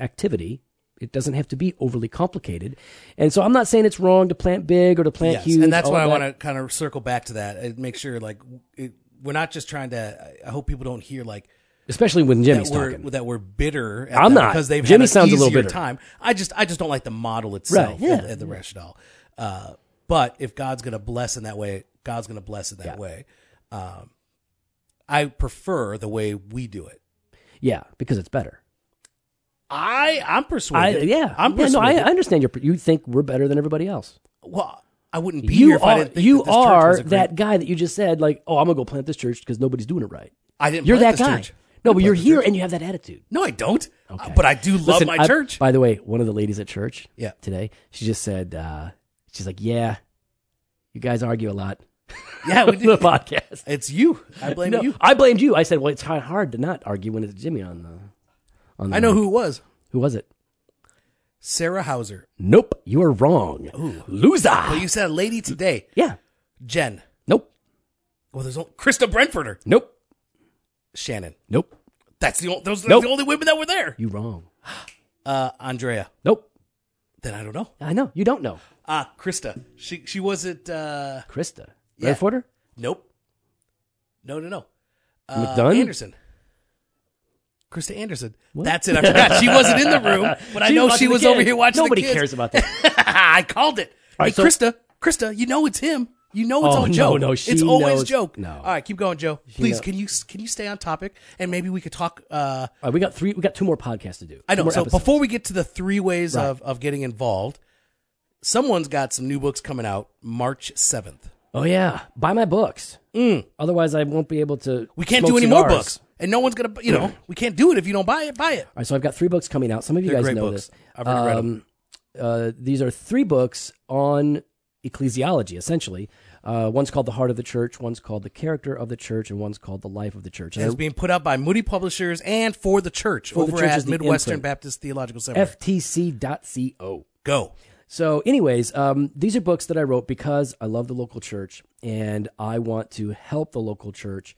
Speaker 1: activity. It doesn't have to be overly complicated. And so I'm not saying it's wrong to plant big or to plant
Speaker 2: Yes.
Speaker 1: huge.
Speaker 2: And that's
Speaker 1: all
Speaker 2: why I
Speaker 1: that.
Speaker 2: want to kind of circle back to that and make sure, like, it, we're not just trying to. I- I hope people don't hear like
Speaker 1: especially when Jimmy's
Speaker 2: that we're
Speaker 1: talking.
Speaker 2: that we're bitter. At
Speaker 1: I'm
Speaker 2: them
Speaker 1: not.
Speaker 2: because they've
Speaker 1: Jimmy
Speaker 2: had
Speaker 1: sounds a
Speaker 2: an
Speaker 1: little
Speaker 2: easier
Speaker 1: bitter.
Speaker 2: time. I just I just don't like the model itself
Speaker 1: Right, yeah.
Speaker 2: and, and the rationale. Uh, but if God's gonna bless in that way, God's gonna bless in that way. Um, I prefer the way we do it.
Speaker 1: Yeah, because it's better.
Speaker 2: I I'm
Speaker 1: I,
Speaker 2: persuaded.
Speaker 1: yeah,
Speaker 2: I'm
Speaker 1: yeah, no, I, I
Speaker 2: persuaded.
Speaker 1: understand your. You think we're better than everybody else.
Speaker 2: well, I wouldn't be here
Speaker 1: You
Speaker 2: if I
Speaker 1: are
Speaker 2: didn't think
Speaker 1: you
Speaker 2: that this church
Speaker 1: are
Speaker 2: was a great-
Speaker 1: that guy that you just said like, oh, I'm gonna go plant this church because nobody's doing it right.
Speaker 2: I didn't.
Speaker 1: You're
Speaker 2: plant
Speaker 1: that
Speaker 2: this
Speaker 1: guy.
Speaker 2: church.
Speaker 1: No, but
Speaker 2: I plant
Speaker 1: you're
Speaker 2: this
Speaker 1: here
Speaker 2: church.
Speaker 1: and you have that attitude.
Speaker 2: No, I don't.
Speaker 1: Okay.
Speaker 2: Uh, But I do love
Speaker 1: Listen,
Speaker 2: my
Speaker 1: I-
Speaker 2: church.
Speaker 1: By the way, one of the ladies at church
Speaker 2: Yeah.
Speaker 1: today, she just said, uh, she's like, yeah, you guys argue a lot.
Speaker 2: yeah, we
Speaker 1: on the
Speaker 2: do.
Speaker 1: podcast.
Speaker 2: It's you. I blame
Speaker 1: No,
Speaker 2: you.
Speaker 1: I blamed you. I said, well, it's hi- hard to not argue when it's Jimmy on the. On the
Speaker 2: I know who it was.
Speaker 1: Who was it?
Speaker 2: Sarah Hauser.
Speaker 1: Nope, you are wrong. Loser.
Speaker 2: But you said a lady today,
Speaker 1: yeah.
Speaker 2: Jen.
Speaker 1: Nope.
Speaker 2: Well, there's only Krista Brentforder,
Speaker 1: Nope.
Speaker 2: Shannon.
Speaker 1: Nope.
Speaker 2: That's the only, those are
Speaker 1: Nope.
Speaker 2: the only women that were there.
Speaker 1: You wrong.
Speaker 2: Uh, Andrea.
Speaker 1: Nope.
Speaker 2: Then I don't know.
Speaker 1: I know you don't know
Speaker 2: Ah, Krista. She she wasn't. Uh,
Speaker 1: Krista
Speaker 2: Yeah.
Speaker 1: Redforder.
Speaker 2: nope. No, no, no. Uh,
Speaker 1: McDonough?
Speaker 2: Anderson. Krista Anderson. That's it. I forgot. She wasn't in the room, but I
Speaker 1: She's
Speaker 2: know she
Speaker 1: watching the
Speaker 2: was over
Speaker 1: kids.
Speaker 2: here watching.
Speaker 1: Nobody
Speaker 2: the kids.
Speaker 1: cares about that.
Speaker 2: I called it.
Speaker 1: right,
Speaker 2: hey,
Speaker 1: so-
Speaker 2: Krista, Krista, you know it's him. You know it's
Speaker 1: Oh,
Speaker 2: all
Speaker 1: no,
Speaker 2: joke.
Speaker 1: no,
Speaker 2: it's
Speaker 1: she
Speaker 2: always
Speaker 1: knows-
Speaker 2: joke.
Speaker 1: no.
Speaker 2: All right, keep going, Joe. Please,
Speaker 1: knows-
Speaker 2: can you can you stay on topic and maybe we could talk. Uh,
Speaker 1: All right, we got three. We got two more podcasts to do.
Speaker 2: I
Speaker 1: Two
Speaker 2: know.
Speaker 1: more
Speaker 2: So
Speaker 1: episodes.
Speaker 2: before we get to the three ways of of getting involved, someone's got some new books coming out March seventh.
Speaker 1: Oh yeah, buy my books. Otherwise, I won't be able to.
Speaker 2: Mm. We can't
Speaker 1: smoke
Speaker 2: do any more
Speaker 1: cigars.
Speaker 2: books, and no one's gonna. You know, we can't do it if you don't buy it. Buy it.
Speaker 1: All right, so I've got three books coming out. Some of you
Speaker 2: They're
Speaker 1: guys
Speaker 2: great
Speaker 1: know
Speaker 2: books.
Speaker 1: this.
Speaker 2: I've already read 'em.
Speaker 1: Uh, these are three books on ecclesiology, essentially. Uh, one's called The Heart of the Church, one's called The Character of the Church, and one's called The Life of the Church. And
Speaker 2: It's being put out by Moody Publishers and for the church
Speaker 1: the
Speaker 2: over
Speaker 1: Church is
Speaker 2: at
Speaker 1: the
Speaker 2: Midwestern
Speaker 1: imprint.
Speaker 2: Baptist Theological Seminary.
Speaker 1: FTC.co.
Speaker 2: Go.
Speaker 1: So, anyways, um, these are books that I wrote because I love the local church and I want to help the local church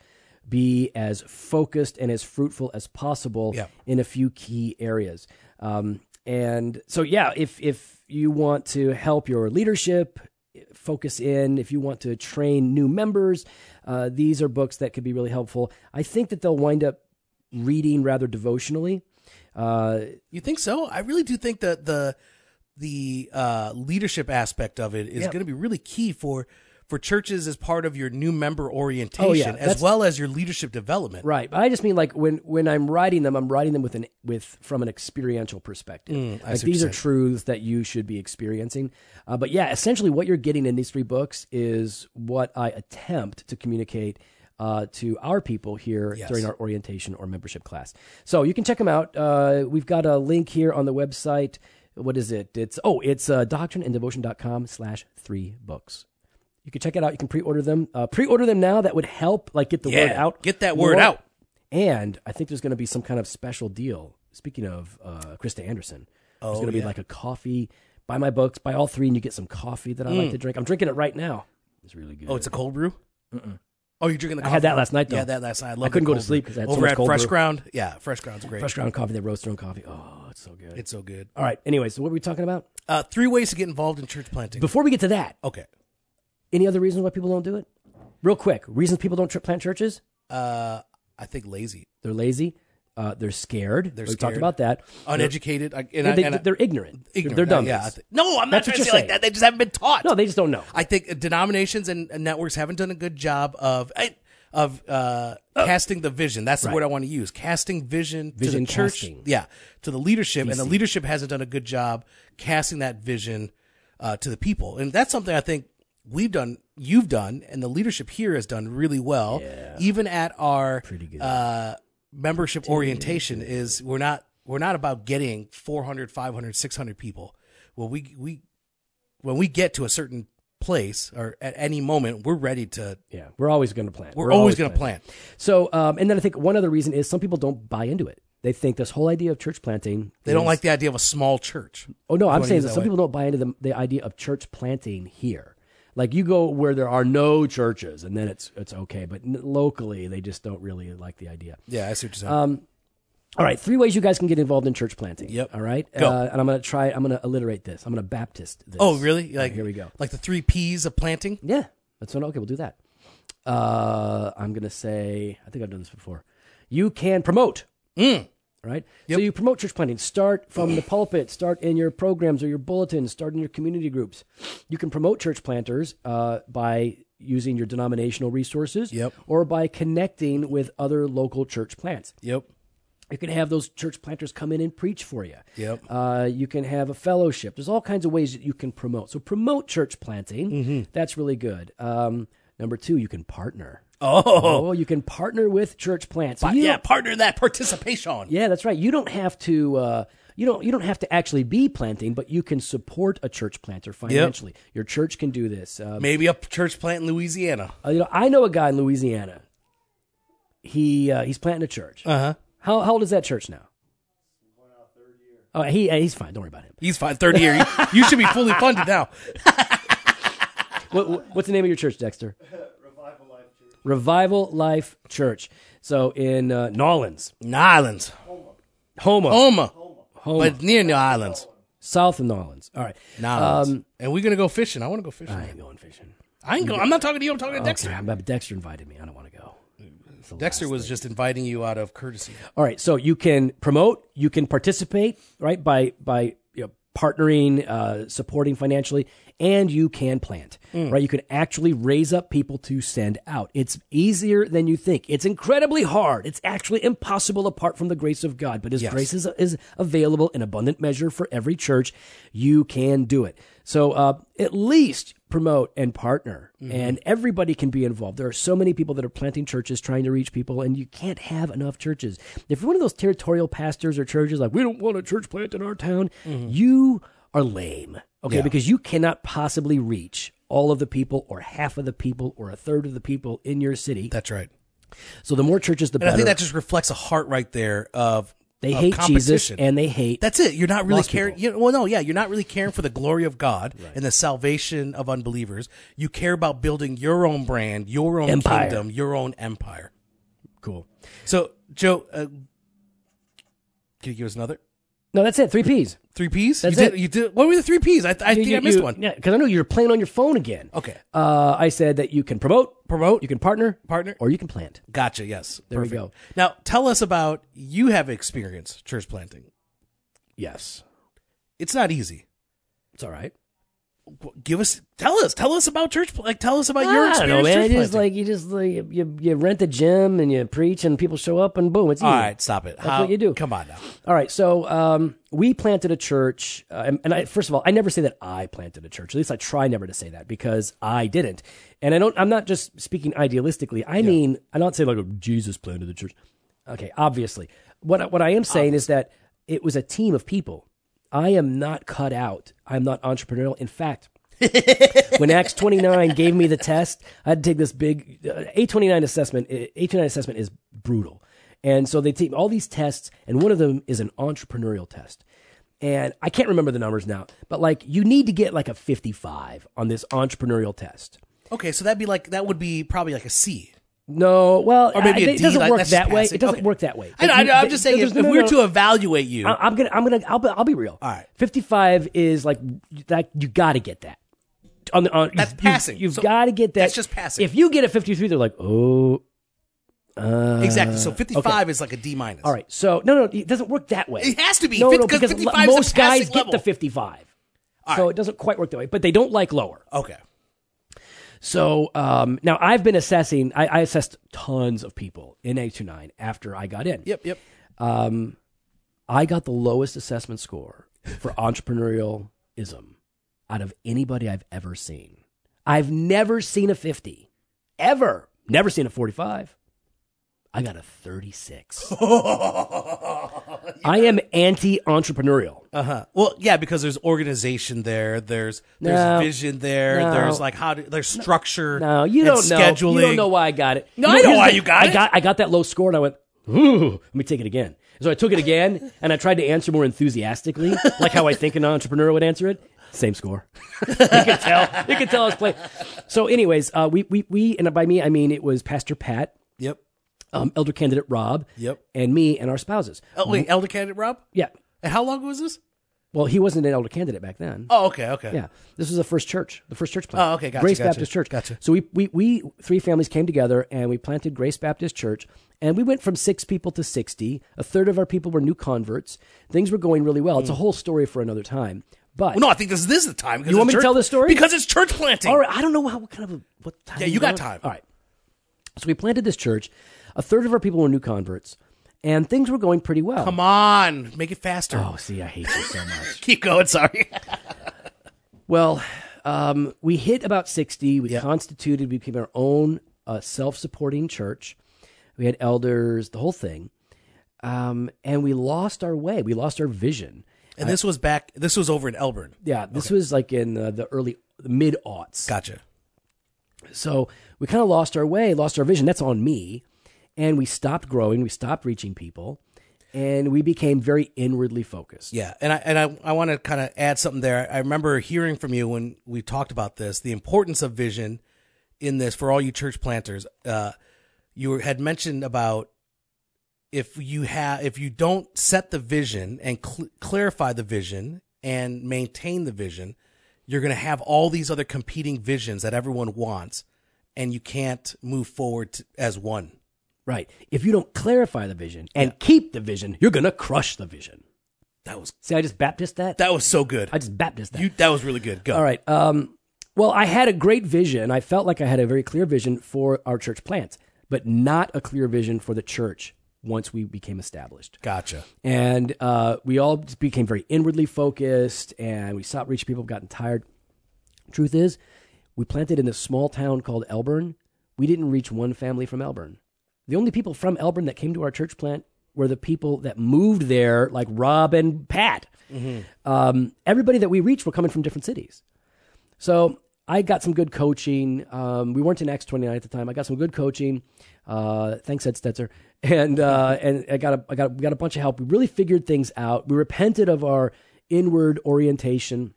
Speaker 1: be as focused and as fruitful as possible
Speaker 2: Yeah.
Speaker 1: in a few key areas. Um, and so, yeah, if if you want to help your leadership eh, focus in, if you want to train new members, uh, these are books that could be really helpful. I think that they'll wind up reading rather devotionally. Uh,
Speaker 2: You think so? I really do think that the the uh, leadership aspect of it is
Speaker 1: Yeah.
Speaker 2: going to be really key for for churches as part of your new member orientation,
Speaker 1: Oh, that's-
Speaker 2: as well as your leadership development.
Speaker 1: Right, but I just mean like when when I'm writing them, I'm writing them with an with from an experiential perspective.
Speaker 2: Mm,
Speaker 1: like these are truths that you should be experiencing. Uh, but yeah, essentially, what you're getting in these three books is what I attempt to communicate. Uh, to our people here during our orientation or membership class. So you can check them out. Uh, we've got a link here on the website. What is it? It's, oh, it's uh, doctrineanddevotion.com slash three books. You can check it out. You can pre-order them. Uh, pre-order them now. That would help, like, get the word
Speaker 2: Yeah,
Speaker 1: out.
Speaker 2: get that word
Speaker 1: more.
Speaker 2: out.
Speaker 1: And I think there's going to be some kind of special deal. Speaking of uh, Krista Anderson, there's
Speaker 2: Oh,
Speaker 1: going to be like a coffee. Buy my books, buy all three, and you get some coffee that I like to drink. I'm drinking it right now. It's really good.
Speaker 2: Oh, Mm. it's a cold brew. Oh, you're drinking the.
Speaker 1: I
Speaker 2: Coffee.
Speaker 1: had that last night, though.
Speaker 2: Yeah, that last night. I, love
Speaker 1: couldn't go
Speaker 2: the
Speaker 1: to
Speaker 2: cold
Speaker 1: sleep 'cause I
Speaker 2: Brew.
Speaker 1: had so
Speaker 2: Over
Speaker 1: much
Speaker 2: at
Speaker 1: cold
Speaker 2: Fresh
Speaker 1: brew.
Speaker 2: Ground. Yeah, Fresh Ground's great.
Speaker 1: fresh ground coffee. They roast their own coffee. Oh, it's so good.
Speaker 2: It's so good.
Speaker 1: all right. Anyway, so what were we talking about?
Speaker 2: Uh, three ways to get involved in church planting.
Speaker 1: Before we get to that,
Speaker 2: Okay.
Speaker 1: any other reasons why people don't do it? Real quick, reasons people don't tr- plant churches:
Speaker 2: Uh, I think lazy,
Speaker 1: they're lazy, uh, they're scared. They're we
Speaker 2: scared.
Speaker 1: talked about that.
Speaker 2: uneducated, I- and,
Speaker 1: They,
Speaker 2: I, and I-
Speaker 1: are ignorant. They're-
Speaker 2: ignorant.
Speaker 1: They're dumb.
Speaker 2: Yeah. I thi- no, I'm
Speaker 1: That's
Speaker 2: not trying
Speaker 1: what
Speaker 2: to
Speaker 1: you're
Speaker 2: say like
Speaker 1: saying.
Speaker 2: that. They just haven't been taught.
Speaker 1: No, they just don't know.
Speaker 2: I think denominations and and networks haven't done a good job of eh, of uh, casting the vision. That's the word I want to use. Casting vision,
Speaker 1: Vision
Speaker 2: to the church,
Speaker 1: casting.
Speaker 2: yeah, to the leadership, and the leadership hasn't done a good job casting that vision uh, to the people. And that's something I think we've done, you've done, and the leadership here has done really well. Even at our pretty
Speaker 1: good.
Speaker 2: Uh, membership orientation is we're not we're not about getting 400 500 600 people well we we when we get to a certain place or at any moment, we're ready to.
Speaker 1: Yeah, we're always going to plant.
Speaker 2: We're, always, going to plant.
Speaker 1: So, um, and then I think one other reason is some people don't buy into it. They think this whole idea of church planting.
Speaker 2: They don't like the idea of a small church.
Speaker 1: Oh no, I'm saying
Speaker 2: use
Speaker 1: that
Speaker 2: that
Speaker 1: some
Speaker 2: way.
Speaker 1: people don't buy into the, the idea of church planting here. Like you go where there are no churches, and then it's it's okay. But n- locally, they just don't really like the idea.
Speaker 2: Yeah, I see what you're saying.
Speaker 1: All right, three ways you guys can get involved in church planting.
Speaker 2: Yep.
Speaker 1: All right,
Speaker 2: Go.
Speaker 1: Uh, and I'm gonna try. I'm gonna alliterate this. I'm gonna Baptist this.
Speaker 2: oh, really? Like
Speaker 1: here we go.
Speaker 2: Like the three P's of planting.
Speaker 1: Yeah, that's what. Okay, we'll do that. uh, I'm going to say, I think I've done this before. You can promote. Right? So you promote church planting. Start from the pulpit, start in your programs or your bulletins, start in your community groups. You can promote church planters uh, by using your denominational resources
Speaker 2: Yep.
Speaker 1: or by connecting with other local church plants.
Speaker 2: Yep.
Speaker 1: You can have those church planters come in and preach for you.
Speaker 2: Yep.
Speaker 1: Uh, you can have a fellowship. There's all kinds of ways that you can promote. So promote church planting.
Speaker 2: Mm-hmm.
Speaker 1: That's really good. Um, number two, you can partner.
Speaker 2: Oh,
Speaker 1: Oh, you can partner with church plants. So
Speaker 2: but
Speaker 1: you
Speaker 2: yeah.
Speaker 1: don't-
Speaker 2: Partner that participation.
Speaker 1: yeah, that's right. You don't have to. Uh, you don't. You don't have to actually be planting, but you can support a church planter financially. Your church can do this. Um,
Speaker 2: Maybe a church plant in Louisiana.
Speaker 1: uh, you know, I know a guy in Louisiana. He uh, he's planting a church.
Speaker 2: Uh huh.
Speaker 1: How how old is that church now? Oh, he uh, he's fine. Don't worry about him.
Speaker 2: He's fine. Third year. You, you should be fully funded now.
Speaker 1: what, what- what's the name of your church, Dexter? Revival Life Church. So in uh, Nolens,
Speaker 2: New Islands.
Speaker 1: Homa,
Speaker 2: Homa.
Speaker 1: Homa,
Speaker 2: But near New Islands.
Speaker 1: south of Nolens. All right,
Speaker 2: New Islands. and we're going to go fishing. I want to go fishing.
Speaker 1: I ain't going fishing.
Speaker 2: I ain't go, I'm not talking to you. I'm talking to Dexter.
Speaker 1: Yeah, but Dexter invited me. I don't want to go. It's the
Speaker 2: Dexter was just inviting you out of courtesy.
Speaker 1: All right, so you can promote, you can participate, right? By by you know, partnering, uh, supporting financially, and you can plant, right? You can actually raise up people to send out. It's easier than you think. It's incredibly hard. It's actually impossible apart from the grace of God. But His grace is is available in abundant measure for every church. You can do it. So uh, at least promote and partner
Speaker 2: Mm-hmm.
Speaker 1: and everybody can be involved there are so many people that are planting churches trying to reach people and you can't have enough churches if you're one of those territorial pastors or churches like we don't want a church plant in our town
Speaker 2: Mm-hmm.
Speaker 1: you are lame okay because you cannot possibly reach all of the people or half of the people or a third of the people in your city
Speaker 2: That's right.
Speaker 1: so the more churches the
Speaker 2: And
Speaker 1: better
Speaker 2: I think that just reflects a heart right there of
Speaker 1: they
Speaker 2: of
Speaker 1: hate jesus
Speaker 2: competition.
Speaker 1: and they hate
Speaker 2: That's it. You're not really
Speaker 1: Lost
Speaker 2: caring.
Speaker 1: people.
Speaker 2: You, well, no, yeah, you're not really caring for the glory of God and the salvation of unbelievers. You care about building your own brand, your own
Speaker 1: Empire.
Speaker 2: kingdom, your own empire.
Speaker 1: cool
Speaker 2: So, Joe, uh, can you give us another
Speaker 1: no that's it three p's
Speaker 2: three P's?
Speaker 1: That's
Speaker 2: you
Speaker 1: it.
Speaker 2: Did, you did. What were the three P's? I, I think I missed one. Oh.
Speaker 1: yeah because i know you're playing on your phone again
Speaker 2: Okay,
Speaker 1: uh, i said that you can promote
Speaker 2: promote.
Speaker 1: you can partner
Speaker 2: Partner.
Speaker 1: or you can plant
Speaker 2: Gotcha. Yes.
Speaker 1: There we go.
Speaker 2: Now, tell us about you have experience church planting.
Speaker 1: yes
Speaker 2: It's not easy.
Speaker 1: it's all right
Speaker 2: Give us, tell us, tell us about church. pl- Like, tell us about your
Speaker 1: I don't
Speaker 2: experience.
Speaker 1: know, man.
Speaker 2: church
Speaker 1: It is
Speaker 2: planting.
Speaker 1: like you just like you- you, you rent a gym and you preach and people show up and boom, it's
Speaker 2: All
Speaker 1: easy.
Speaker 2: right, stop it. That's
Speaker 1: what you do.
Speaker 2: Come on now.
Speaker 1: All right, so um, we planted a church, uh, and- and I, first of all, I never say that I planted a church. At least I try never to say that because I didn't, and I don't. I'm not just speaking idealistically. I mean, I don't say like oh, Jesus planted the church. Okay, obviously, what I- what I am saying is that it was a team of people. I am not cut out. I'm not entrepreneurial. In fact, when Acts 29 gave me the test, I had to take this big uh, A29 assessment. uh, A29 assessment is brutal. And so they take all these tests, and one of them is an entrepreneurial test. And I can't remember the numbers now, but like you need to get like a 55 on this entrepreneurial test.
Speaker 2: Okay, so that'd be like that would be probably like a C.
Speaker 1: No, well,
Speaker 2: Or maybe
Speaker 1: I-
Speaker 2: a
Speaker 1: it
Speaker 2: D,
Speaker 1: doesn't
Speaker 2: like,
Speaker 1: work
Speaker 2: that's just
Speaker 1: that way.
Speaker 2: passing.
Speaker 1: It doesn't
Speaker 2: Okay.
Speaker 1: work that way.
Speaker 2: I know, I know, I'm just saying
Speaker 1: There's-
Speaker 2: if,
Speaker 1: no,
Speaker 2: if
Speaker 1: no, Uh,
Speaker 2: we're
Speaker 1: no.
Speaker 2: to evaluate you,
Speaker 1: I- I'm gonna, I'm gonna, I'll be, I'll be real.
Speaker 2: All right.
Speaker 1: 55 is like that. You got to get that. On the, on,
Speaker 2: That's
Speaker 1: you
Speaker 2: passing.
Speaker 1: You've
Speaker 2: So
Speaker 1: got to get that.
Speaker 2: that's just passing.
Speaker 1: If you get a 53, they're like, oh, uh,
Speaker 2: exactly. So 55 is like a D minus.
Speaker 1: All right. So no, no, it doesn't work that way.
Speaker 2: It has to be,
Speaker 1: No,
Speaker 2: fif-
Speaker 1: no,
Speaker 2: 'cause
Speaker 1: because
Speaker 2: 55 is the
Speaker 1: most guys
Speaker 2: passing
Speaker 1: get the
Speaker 2: level.
Speaker 1: 55.
Speaker 2: All
Speaker 1: so
Speaker 2: right.
Speaker 1: it doesn't quite work that way, but they don't like lower.
Speaker 2: Okay.
Speaker 1: So um, now I've been assessing. I, I assessed tons of people in A29 after I got in.
Speaker 2: Yep. Yep.
Speaker 1: Um, I got the lowest assessment score for entrepreneurialism out of anybody I've ever seen. I've never seen a 50, ever. Never seen a 45. I got a 36. I am anti entrepreneurial.
Speaker 2: Uh huh. Well, yeah, because there's organization there. There's there's
Speaker 1: No.
Speaker 2: vision there.
Speaker 1: No.
Speaker 2: There's like how to, there's structure.
Speaker 1: No, you
Speaker 2: and
Speaker 1: don't know.
Speaker 2: scheduling.
Speaker 1: You don't know why I got it.
Speaker 2: No,
Speaker 1: You
Speaker 2: I know
Speaker 1: here's
Speaker 2: why
Speaker 1: the thing.
Speaker 2: you got
Speaker 1: I
Speaker 2: it.
Speaker 1: Got, I got that low score and I went, ooh, let me take it again. So I took it again and I tried to answer more enthusiastically, like how I think an entrepreneur would answer it. Same score. you can tell. You can tell I was playing. So, anyways, uh, we, we, we, and by me, I mean it was Pastor Pat,
Speaker 2: Yep.
Speaker 1: um, elder candidate Rob,
Speaker 2: Yep.
Speaker 1: and me and our spouses.
Speaker 2: Oh wait, elder candidate Rob.
Speaker 1: Yeah.
Speaker 2: And How long was this?
Speaker 1: Well, he wasn't an elder candidate back then.
Speaker 2: Oh, okay, okay.
Speaker 1: Yeah, this was the first church, the first church plant.
Speaker 2: Oh, okay, gotcha,
Speaker 1: Grace
Speaker 2: gotcha,
Speaker 1: Baptist Church.
Speaker 2: gotcha.
Speaker 1: So we, we we three families came together and we planted Grace Baptist Church, and we went from six people to sixty. A third of our people were new converts. Things were going really well. It's a whole story for another time. But
Speaker 2: Well, no, I think this, this is the time. because
Speaker 1: You want
Speaker 2: it's
Speaker 1: me to
Speaker 2: church-
Speaker 1: tell this story?
Speaker 2: Because it's church planting.
Speaker 1: all right, I don't know how what kind of a, what time.
Speaker 2: Yeah, you got
Speaker 1: want.
Speaker 2: time.
Speaker 1: All right. So we planted this church. A third of our people were new converts, and things were going pretty well.
Speaker 2: Come on, make it faster.
Speaker 1: Oh, see, I hate you so much.
Speaker 2: Keep going. Sorry.
Speaker 1: Well, um, we hit about 60. We constituted, we became our own uh, self supporting church. We had elders, the whole thing. Um, and we lost our way. We lost our vision.
Speaker 2: and this was back. This was over in Elburn.
Speaker 1: Yeah, this was like in uh, the early, mid aughts.
Speaker 2: Gotcha.
Speaker 1: So we kind of lost our way, lost our vision. That's on me. And we stopped growing, we stopped reaching people, and we became very inwardly focused.
Speaker 2: Yeah, and I and I, I want to kind of add something there. I remember hearing from you when we talked about this, the importance of vision in this for all you church planters. Uh, you had mentioned about if you have if you don't set the vision and cl- clarify the vision and maintain the vision, you're going to have all these other competing visions that everyone wants, and you can't move forward t- as one.
Speaker 1: Right. If you don't clarify the vision and keep the vision, you're going to crush the vision.
Speaker 2: That was
Speaker 1: See, I just Baptist that.
Speaker 2: that was so good.
Speaker 1: I just Baptist that.
Speaker 2: you that was really good. Go.
Speaker 1: All right. Um, well, I had a great vision. I felt like I had a very clear vision for our church plants, but not a clear vision for the church once we became established.
Speaker 2: Gotcha.
Speaker 1: And uh, we all just became very inwardly focused and we stopped reaching people, gotten tired. Truth is, we planted in this small town called Elburn. We didn't reach one family from Elburn. The only people from Elburn that came to our church plant were the people that moved there, like Rob and Pat. Um, everybody that we reached were coming from different cities. So I got some good coaching. Um, we weren't in X twenty nine at the time. I got some good coaching. Uh, thanks, Ed Stetzer, and uh, and I got a, I got we got a bunch of help. We really figured things out. We repented of our inward orientation.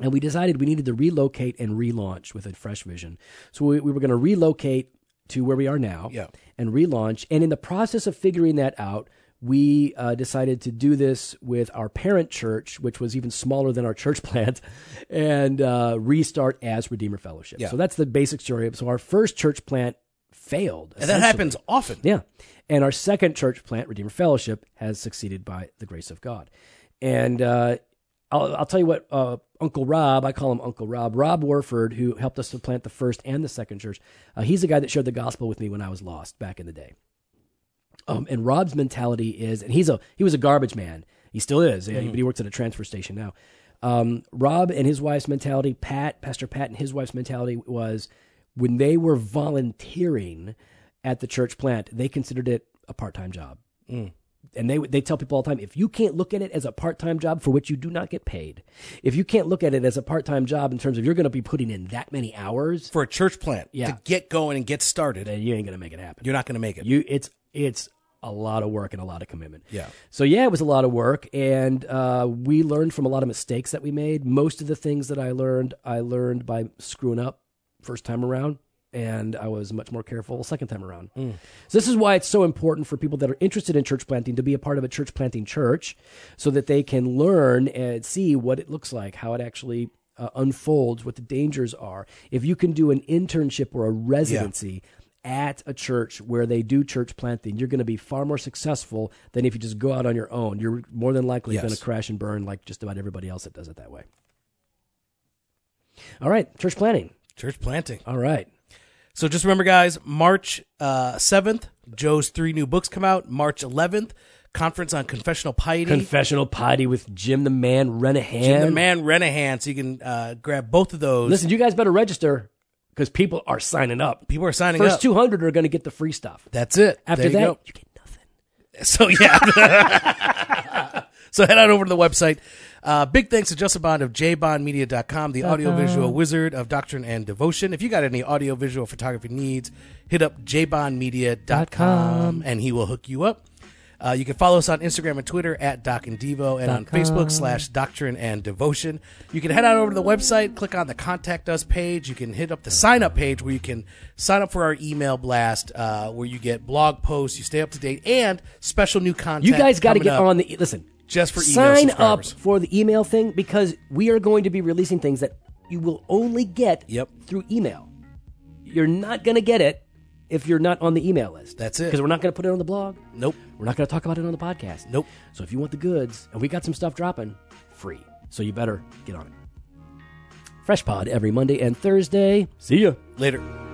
Speaker 1: And we decided we needed to relocate and relaunch with a fresh vision. So we, we were going to relocate to where we are now
Speaker 2: Yeah.
Speaker 1: and relaunch. And in the process of figuring that out, we uh, decided to do this with our parent church, which was even smaller than our church plant, and uh, restart as Redeemer Fellowship.
Speaker 2: Yeah.
Speaker 1: So that's the basic story. So our first church plant failed.
Speaker 2: And that
Speaker 1: essentially.
Speaker 2: happens often.
Speaker 1: Yeah. And our second church plant, Redeemer Fellowship, has succeeded by the grace of God. And uh, I'll, I'll tell you what, uh, Uncle Rob, I call him Uncle Rob, Rob Warford, who helped us to plant the first and the second church, uh, he's the guy that shared the gospel with me when I was lost back in the day. Um, and Rob's mentality is, and he's a he was a garbage man. He still is, yeah, but he works at a transfer station now. Um, Rob and his wife's mentality, Pat, Pastor Pat, and his wife's mentality was when they were volunteering at the church plant, they considered it a part time job. And they they tell people all the time, if you can't look at it as a part time job for which you do not get paid, if you can't look at it as a part time job in terms of you're going to be putting in that many hours,
Speaker 2: for a church plant
Speaker 1: Yeah.
Speaker 2: to get going and get started,
Speaker 1: then you ain't going to make it happen.
Speaker 2: you're not going to make it.
Speaker 1: You it's it's a lot of work and a lot of commitment.
Speaker 2: Yeah.
Speaker 1: So yeah, it was a lot of work, and uh, we learned from a lot of mistakes that we made. Most of the things that I learned, I learned by screwing up first time around, and I was much more careful second time around.
Speaker 2: Mm.
Speaker 1: So this is why it's so important for people that are interested in church planting to be a part of a church planting church, so that they can learn and see what it looks like, how it actually. Uh, unfolds what the dangers are. If you can do an internship or a residency at a church where they do church planting, you're going to be far more successful than if you just go out on your own. You're more than likely
Speaker 2: Yes.
Speaker 1: going to crash and burn like just about everybody else that does it that way. All right, church planning.
Speaker 2: Church planting.
Speaker 1: All right.
Speaker 2: So just remember, guys, March uh, 7th, Joe's three new books come out. March 11th, Conference on Confessional Piety.
Speaker 1: Confessional potty with Jim the Man Renahan.
Speaker 2: and the man Renahan. So you can uh, grab both of those.
Speaker 1: Listen, you guys better register because people are signing up.
Speaker 2: People are signing
Speaker 1: First
Speaker 2: up.
Speaker 1: 200 are going to get the free stuff.
Speaker 2: That's it.
Speaker 1: After
Speaker 2: There you
Speaker 1: that,
Speaker 2: go.
Speaker 1: you get nothing.
Speaker 2: So yeah. so head on over to the website. Uh, big thanks to Justin Bond of jbondmedia.com,
Speaker 1: Uh-huh.
Speaker 2: the audiovisual wizard of doctrine and devotion. If you got any audiovisual photography needs, hit up jbondmedia.com and he will hook you up. Uh, you can follow us on Instagram and Twitter at Doc and Devo and on Facebook slash Doctrine and Devotion. You can head on over to the website, click on the Contact Us page. You can hit up the sign up page where you can sign up for our email blast, uh, where you get blog posts, you stay up to date, and special new content.
Speaker 1: You guys got to
Speaker 2: coming
Speaker 1: get
Speaker 2: up.
Speaker 1: on the. e, Listen,
Speaker 2: Just for email
Speaker 1: Sign up
Speaker 2: subscribers.
Speaker 1: for the email thing because we are going to be releasing things that you will only get
Speaker 2: Yep.
Speaker 1: through email. You're not going to get it if you're not on the email list.
Speaker 2: That's it.
Speaker 1: Because we're not going to put it on the blog.
Speaker 2: Nope.
Speaker 1: We're not going to talk about it on the podcast.
Speaker 2: Nope.
Speaker 1: So if you want the goods, and we got some stuff dropping free, so you better get on it. Fresh Pod every Monday and Thursday. See ya.
Speaker 2: Later.